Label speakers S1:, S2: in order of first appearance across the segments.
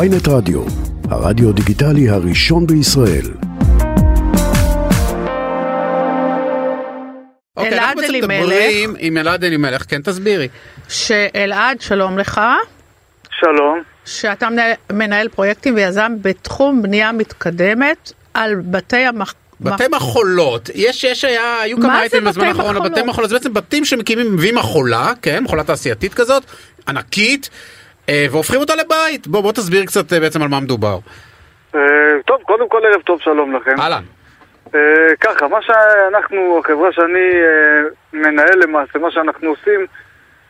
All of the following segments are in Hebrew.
S1: ויינט רדיו, הרדיו דיגיטלי הראשון בישראל.
S2: אוקיי,
S3: אלעד
S2: אנחנו בעצם
S3: אלימלך.
S2: מדברים עם אלעד אלימלך, כן, תסבירי.
S3: שאלעד, שלום לך,
S4: שלום,
S3: שאתה מנהל, מנהל פרויקטים ויזם בתחום בנייה מתקדמת על בתי המח...
S2: בתי
S3: מח-
S2: מחולות, יש, יש, היה, היו
S3: מה
S2: כמה
S3: זה
S2: אייטמים
S3: בתי
S2: בזמן האחרון,
S3: מחולות?
S2: בתי מחולות, זה בעצם בתים שמקימים, מביאים מחולה, כן, מחולה תעשייתית כזאת, ענקית, אה, והופכים אותה לבית. בוא, בוא תסביר קצת אה, בעצם על מה מדובר.
S4: אה, טוב, קודם כל ערב טוב, שלום לכם.
S2: אהלן.
S4: אה, ככה, מה שאנחנו, החברה שאני אה, מנהל למעשה, מה שאנחנו עושים,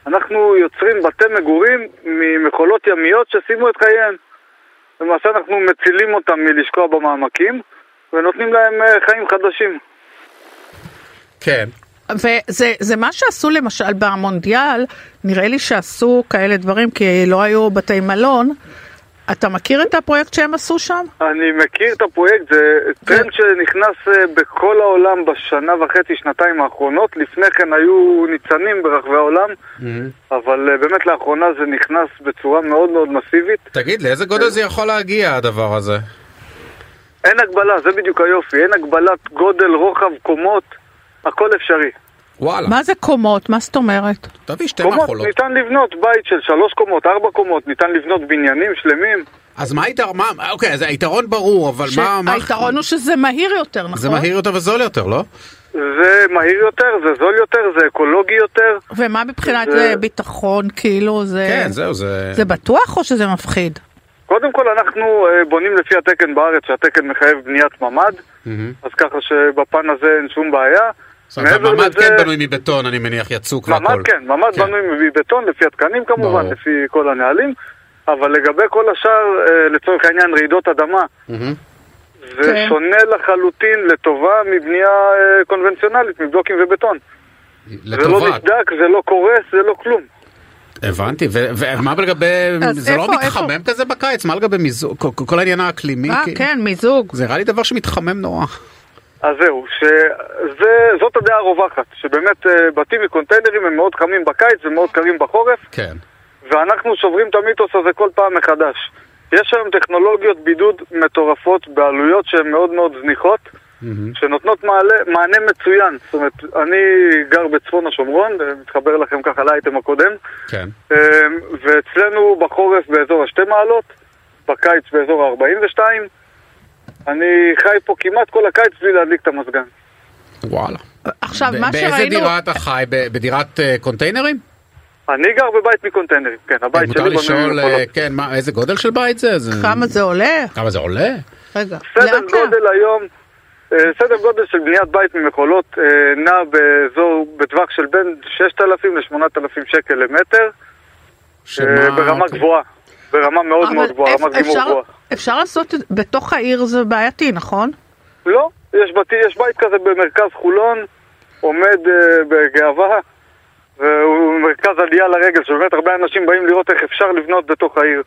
S4: אנחנו יוצרים בתי מגורים ממכולות ימיות שסיימו את חייהן. למעשה אנחנו מצילים אותם מלשקוע במעמקים ונותנים להם אה, חיים חדשים.
S2: כן.
S3: וזה זה מה שעשו למשל במונדיאל, נראה לי שעשו כאלה דברים כי לא היו בתי מלון. אתה מכיר את הפרויקט שהם עשו שם?
S4: אני מכיר את הפרויקט, זה טרנד שנכנס אה, בכל העולם בשנה וחצי, שנתיים האחרונות. לפני כן היו ניצנים ברחבי העולם, אבל אה, באמת לאחרונה זה נכנס בצורה מאוד מאוד מסיבית.
S2: תגיד, לאיזה גודל זה יכול להגיע הדבר הזה?
S4: אין הגבלה, זה בדיוק היופי, אין הגבלת גודל, רוחב, קומות, הכל אפשרי.
S2: וואלה,
S3: מה זה קומות? מה זאת אומרת?
S2: תביא שתי
S4: קומות,
S2: מחולות.
S4: ניתן לבנות בית של שלוש קומות, ארבע קומות, ניתן לבנות בניינים שלמים.
S2: אז מה היתרון, מה- אוקיי, אז היתרון ברור, אבל מה... מה-
S3: שהיתרון הוא שזה מהיר יותר, נכון?
S2: זה מהיר יותר וזול יותר, לא?
S4: זה מהיר יותר, זה זול יותר, זה אקולוגי יותר.
S3: ומה מבחינת
S4: זה-
S3: אה, ביטחון, כאילו, זה...
S2: כן, זהו, זה...
S3: זה בטוח או שזה מפחיד?
S4: קודם כל אנחנו אה, בונים לפי התקן בארץ, שהתקן מחייב בניית ממ"ד,
S2: מהמם.
S4: אז ככה שבפן הזה אין שום בעיה.
S2: זאת אומרת,
S4: מעבר
S2: הממ"ד
S4: לזה-
S2: כן בנוי מבטון, אני מניח, יצוק והכל.
S4: ממ"ד כן, ממ"ד
S2: כן.
S4: בנוי מבטון לפי התקנים כמובן,
S2: ברור.
S4: לפי כל הנהלים, אבל לגבי כל השאר, אה, לצורך העניין רעידות אדמה,
S2: מהמם.
S4: זה
S3: כן.
S4: שונה לחלוטין לטובה מבנייה אה, קונבנציונלית, מבלוקים ובטון. זה לא
S2: לטובה.
S4: נסדק, זה לא קורס, זה לא כלום.
S2: הבנתי, ו- ומה לגבי,
S3: אז
S2: זה לא
S3: איפה-
S2: מתחמם כזה בקיץ? מה לגבי מיזוג, כל- כל העניין האקלימי?
S3: אה,
S2: כאילו?
S3: כן, מיזוג.
S2: זה נראה לי דבר שמתחמם נורא.
S4: אז זהו, שזאת הדעה הרווחת, שבאמת אה, בתים מקונטיינרים הם מאוד חמים בקיץ ומאוד קרים בחורף,
S2: כן.
S4: ואנחנו שוברים את המיתוס הזה כל פעם מחדש. יש היום טכנולוגיות בידוד מטורפות בעלויות שהן מאוד מאוד זניחות, שנותנות מעלה, מענה מצוין. זאת אומרת, אני גר בצפון השומרון, אה, מתחבר לכם ככה לאייטם הקודם,
S2: כן.
S4: אה, ואצלנו בחורף באזור השתי מעלות, בקיץ באזור ה-42. אני חי פה כמעט כל הקיץ בלי להדליק את המזגן.
S2: וואלה.
S3: עכשיו,
S2: ב-
S3: מה
S2: באיזה
S3: שראינו...
S2: דירה אתה חי? ב- בדירת אה, קונטיינרים?
S4: אני גר בבית מקונטיינרים, כן, הבית
S2: מותר
S4: שלי
S2: לשאול,
S4: במכולות.
S2: אה, כן, מה, איזה גודל של בית זה? זה-
S3: כמה זה עולה?
S2: כמה זה עולה?
S4: אה,
S3: רגע,
S2: אה,
S4: סדר
S3: לאט לאט.
S4: גודל היום, אה, סדר גודל של בניית בית ממכולות אה, נע באזור, בטווח של בין 6,000 ל-8,000 שקל למטר, אה,
S2: שמה-
S4: ברמה
S2: אוקיי.
S4: גבוהה, ברמה מאוד
S3: אבל
S4: מאוד גבוהה,
S3: אפ-
S4: רמת גימור
S3: אפשר-
S4: גבוהה.
S3: אפשר לעשות את זה בתוך העיר זה בעייתי, נכון?
S4: לא, יש בתי- יש בית כזה במרכז חולון, עומד אה, בגאווה, והוא מרכז עלייה לרגל, שבאמת הרבה אנשים באים לראות איך אפשר לבנות בתוך העיר.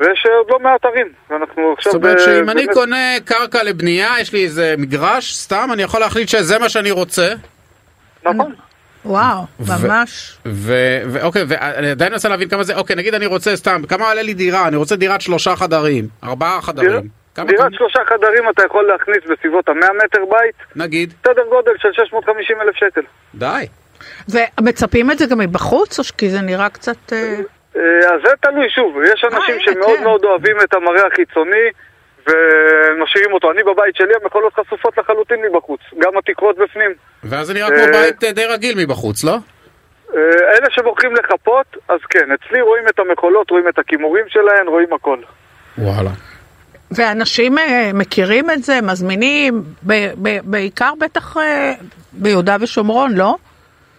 S4: ויש אה, עוד לא מעט ערים, ואנחנו עכשיו...
S2: זאת אומרת
S4: אה,
S2: שאם אני
S4: באמת-
S2: קונה קרקע לבנייה, יש לי איזה מגרש, סתם, אני יכול להחליט שזה מה שאני רוצה.
S4: נכון.
S3: וואו,
S2: ו-
S3: ממש.
S2: ו- ואוקיי, ואני עדיין מנסה להבין כמה זה, אוקיי, נגיד אני רוצה סתם, כמה עולה לי דירה? אני רוצה דירת שלושה חדרים, ארבעה חדרים. כמה-
S4: דירת שלושה חדרים אתה יכול להכניס בסביבות המאה מטר בית,
S2: נגיד,
S4: סדר גודל של 650 אלף שקל.
S2: די.
S3: ומצפים את זה גם מבחוץ, או ש- כי זה נראה קצת... אה,
S4: אה, אז זה תלוי שוב, יש אנשים
S3: הנה,
S4: שמאוד
S3: כן.
S4: מאוד אוהבים את המראה החיצוני ומשאירים אותו. אני בבית שלי, המכולות חשופות לחלוטין מבחוץ, גם התקרות בפנים.
S2: ואז זה נראה כמו
S4: אה,
S2: בית אה, די רגיל מבחוץ, לא?
S4: אה, אלה שבוחרים לחפות, אז כן, אצלי רואים את המכולות, רואים את הכימורים שלהן, רואים הכל.
S2: וואלה.
S3: ואנשים אה, מכירים את זה, מזמינים, ב- ב- בעיקר בטח אה, ביהודה ושומרון, לא?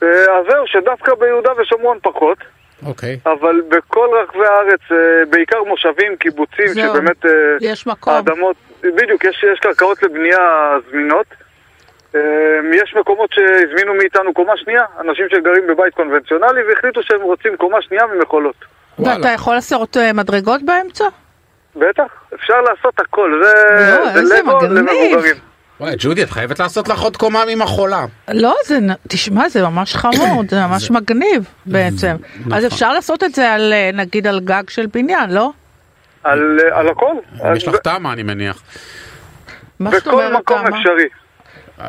S4: אה, אז זהו, שדווקא ביהודה ושומרון פחות,
S2: אוקיי.
S4: אבל בכל רחבי הארץ, אה, בעיקר מושבים, קיבוצים,
S3: זהו.
S4: שבאמת... אה,
S3: יש מקום.
S4: האדמות, בדיוק, יש, יש קרקעות לבנייה זמינות. אמ, יש מקומות שהזמינו מאיתנו קומה שנייה, אנשים שגרים בבית קונבנציונלי והחליטו שהם רוצים קומה שנייה ממכולות.
S3: ואתה
S2: וואלה.
S3: יכול לעשות אה, מדרגות באמצע?
S4: בטח, אפשר לעשות הכל, זה,
S3: לא, איזה
S4: זה לגו
S3: מגניב.
S4: למבוגרים.
S2: וואי, ג'ודי, את חייבת לעשות לך עוד קומה ממחולה.
S3: לא, זה, נ- תשמע, זה ממש חמוד, זה ממש
S2: נכון.
S3: מגניב בעצם. אז אפשר לעשות את זה על, אה, נגיד, על גג של בניין, לא?
S4: על, אה, על הכל. על-
S2: יש לך תמה, אני מניח.
S3: מה זאת
S4: בכל
S3: אומרת
S4: מקום
S3: כמה?
S4: אפשרי.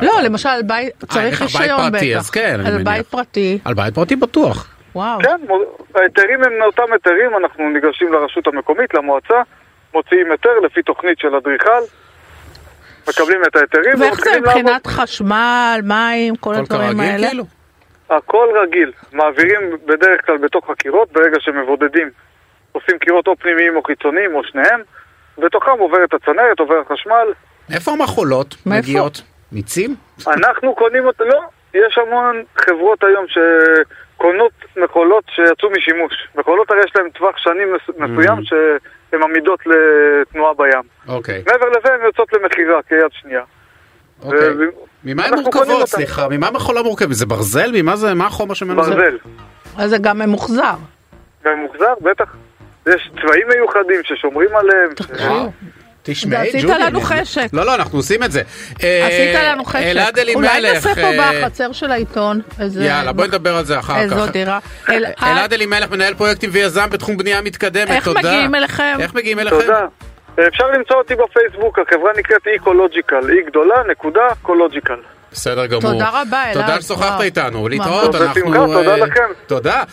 S3: לא, למשל, על בית,
S2: אין לך אה,
S3: צריך
S2: בית
S3: רישיון בטח.
S2: פרטי, אז כן, אני
S3: על בית
S2: מניח.
S3: פרטי,
S2: על בית פרטי בטוח.
S3: וואו.
S2: אוקיי.
S4: כן, מו- ההיתרים הם אותם היתרים, אנחנו ניגשים לרשות המקומית, למועצה, מוציאים היתר לפי תוכנית של אדריכל, מקבלים את ההיתרים
S3: ואיך זה
S4: ומתחילים לעבוד.
S3: מבחינת חשמל, מים, כל
S2: הכל
S3: הדברים
S2: כרגיל,
S3: האלה?
S2: כאילו.
S4: הכל רגיל, מעבירים בדרך כלל בתוך הקירות, ברגע שמבודדים עושים קירות או פנימיים או חיצוניים או שניהם, בתוכם עוברת הצנרת, עובר החשמל,
S2: איפה המחולות
S3: מאיפה?
S2: מגיעות? מיצים?
S4: אנחנו קונים אותה, לא, יש המון חברות היום שקונות מכולות שיצאו משימוש. מכולות הרי יש להן טווח שנים מס- מסוים שהן עמידות לתנועה בים.
S2: אוקיי,
S4: מעבר לזה הן יוצאות למכירה כיד שנייה.
S2: אוקיי.
S4: אה, ו-
S2: ממה הן
S4: אנחנו קונים
S2: מורכבות?
S4: אותן.
S2: סליחה, ממה מחולה מורכבת? זה ברזל? ממה זה? מה החומר שממנו זה?
S4: ברזל,
S3: אז זה גם ממוחזר.
S4: ומוחזר, בטח. יש צבעים מיוחדים ששומרים עליהם.
S2: וואו. אה, תשמעי,
S3: ועשית
S2: ג'ודי.
S3: לנו
S2: אני-
S3: חשק.
S2: לא, לא, אנחנו עושים את זה.
S3: עשית לנו חשק.
S2: אה, אלעד
S3: אולי
S2: אלימלך.
S3: נעשה פה
S2: אה,
S3: בחצר של העיתון איזה...
S2: יאללה, בואי נדבר על זה אחר כך. אה,
S3: איזו דירה. אלעד,
S2: אלעד אלימלך, מנהל פרויקטים ויזם בתחום בנייה מתקדמת,
S3: איך
S2: תודה.
S3: מגיעים אליכם?
S2: איך מגיעים אליכם?
S4: תודה. אפשר למצוא אותי בפייסבוק, החברה נקראת איקולוג'יקל, אי גדולה, נקודה, קולוג'יקל.
S2: בסדר גמור.
S3: תודה רבה, אלעד.
S2: תודה ששוחחת
S3: וואו.
S2: איתנו,
S3: ממש.
S2: להתראות.
S4: בשמחה,
S2: אנחנו,
S4: תודה
S2: אה,
S4: לכם.
S2: תודה.